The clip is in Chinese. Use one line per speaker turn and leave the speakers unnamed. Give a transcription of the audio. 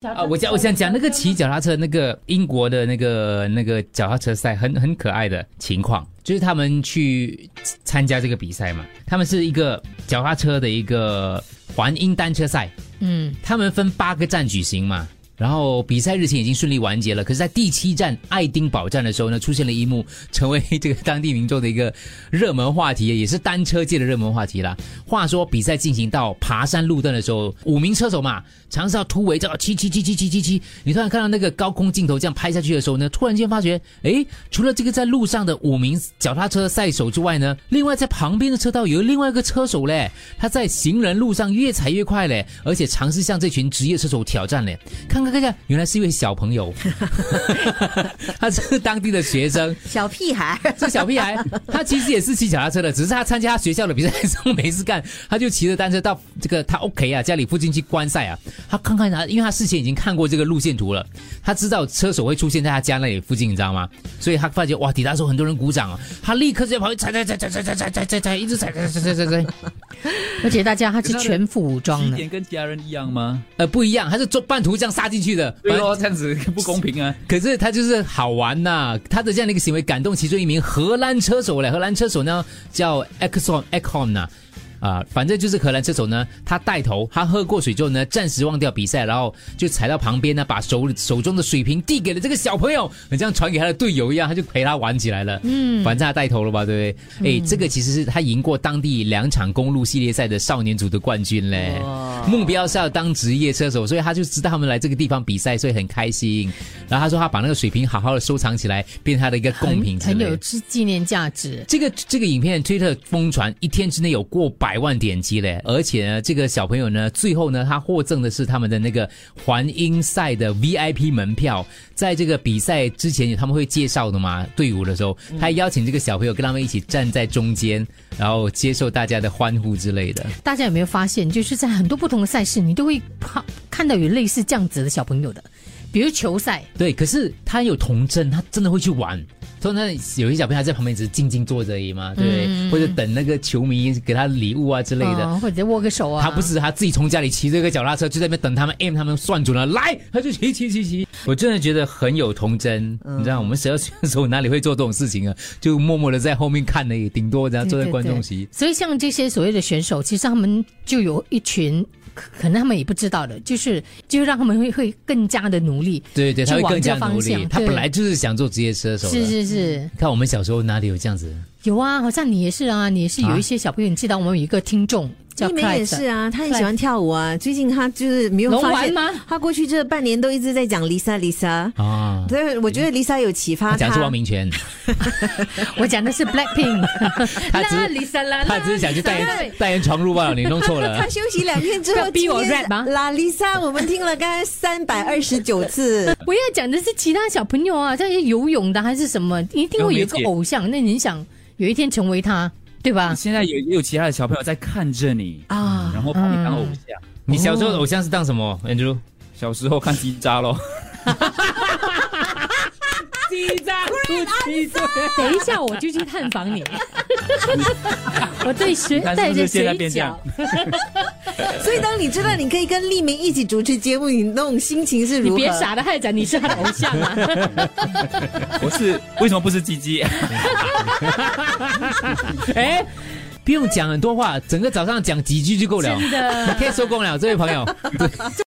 脚踏
啊，我讲我想讲那个骑
脚
脚踏车那个英国的那个那个脚踏车赛很很可爱的情况，就是他们去参加这个比赛嘛，他们是一个脚踏车的一个环英单车赛，
嗯，
他们分八个站举行嘛，然后比赛日前已经顺利完结了。可是，在第七站爱丁堡站的时候呢，出现了一幕，成为这个当地民众的一个热门话题，也是单车界的热门话题啦。话说，比赛进行到爬山路段的时候，五名车手嘛，尝试要突围，这样七七七七七七七，你突然看到那个高空镜头这样拍下去的时候呢，突然间发觉，诶，除了这个在路上的五名脚踏车赛手之外呢，另外在旁边的车道有另外一个车手嘞，他在行人路上越踩越快嘞，而且尝试向这群职业车手挑战嘞。看看看看，原来是一位小朋友， 他是当地的学生，
小屁孩，
这小屁孩，他其实也是骑脚踏车的，只是他参加他学校的比赛的时候没事干，他就骑着单车到这个他 OK 啊，家里附近去观赛啊。他看看他，因为他事先已经看过这个路线图了，他知道车手会出现在他家那里附近，你知道吗？所啊以他发觉哇，抵达的时候很多人鼓掌啊，他立刻就在旁边踩踩踩踩踩踩踩踩踩踩，一直踩踩踩踩踩踩。
而且大家他是
可是他的
全副武装
起
的，
点跟其他人一样吗？哎
呃，不一样，他是做半途这样杀进去的，
对咯，这样子不公平啊！
可是他就是好玩呐、他的这样的一个行为感动其中一名荷兰车手嘞，荷兰车手呢叫 Exxon Econ 呐、啊，反正就是荷兰车手呢，他带头，他喝过水之后呢，暂时忘掉比赛，然后就踩到旁边呢，把手手中的水瓶递给了这个小朋友，很像传给他的队友一样，他就陪他玩起来了。嗯，反正他带头了吧，对不对？哎、
嗯
这个其实是他赢过当地两场公路系列赛的少年组的冠军嘞。目标是要当职业车手，所以他就知道他们来这个地方比赛，所以很开心。然后他说他把那个水瓶好好的收藏起来，变成他的一个贡品
很
之
很
类
有
的。
纪纪念价值。
这个这个影片推特疯传，一天之内有过百万点击嘞！而且呢，这个小朋友呢，最后呢，他获赠的是他们的那个环英赛的 VIP 门票。在这个比赛之前，他们会介绍的嘛，队伍的时候，他邀请这个小朋友跟他们一起站在中间，然后接受大家的欢呼之类的。
大家有没有发现，就是在很多不同的赛事，你都会怕看到有类似这样子的小朋友的，比如球赛，
对，可是他有童真，他真的会去玩。所以那有些小朋友在旁边只是静静坐着而已嘛，对不对，或者等那个球迷给他礼物啊之类的。
嗯或者握个手啊。
他不是他自己从家里骑这个脚踏车，就在那边等他们 M 他们算准了来，他就骑骑骑骑。 我真的觉得很有童真，你知道我们十二岁的时候哪里会做这种事情啊？就默默的在后面看而已，顶多这样
对
坐在
对
观众
对
席。
所以像这些所谓的选手，其实他们就有一群。可可能他们也不知道的，就是就让他们会会更加的努力，
对对，他
就
会
往
更
这
加
个
努
方
力。
向。
他
对
本来就是想做职业车手的。
是是是
看我们小时候哪里有这样子？
有啊，好像你也是啊，你也是有一些小朋友，你记得我们有一个听众叫
一梅
Clyde
也是啊，他很喜欢跳舞啊。最近他就是没有
能
发
玩
现
吗？
他过去这半年都一直在讲 Lisa Lisa，
啊，
所以我觉得 Lisa 有启发
他
他
讲的。是汪明 荃，
我讲的是 Blackpink，
他只
啦
是
，Lisa 啦，
他只是想去代
对
言代言床褥罢了，你弄 错了
他。休息两天之
不
后，
要逼我
今天
rap 吗
拉 Lisa，我们听了刚刚三百二十九次，
我要讲的是其他小朋友啊，这些游泳的还是什么，一定会有一个偶像。那你想有一天成为他，对吧？
现在有也有其他的小朋友在看着你啊，然后把你当偶像。
你小时候的偶像是当什么？Andrew，
小时候看鸡渣 咯，
等一下我就去探访你。我对水
你看
带
是不
着
是现在
水
变这
饺
样，
所以当你知道你可以跟丽明一起主持节目，你那种心情是
你
如何？
别傻的，还讲你是他的偶像啊！
我是为什么不是鸡鸡？
哎，不用讲很多话，整个早上讲几句就够了，
真的
你可以收工了，这位朋友。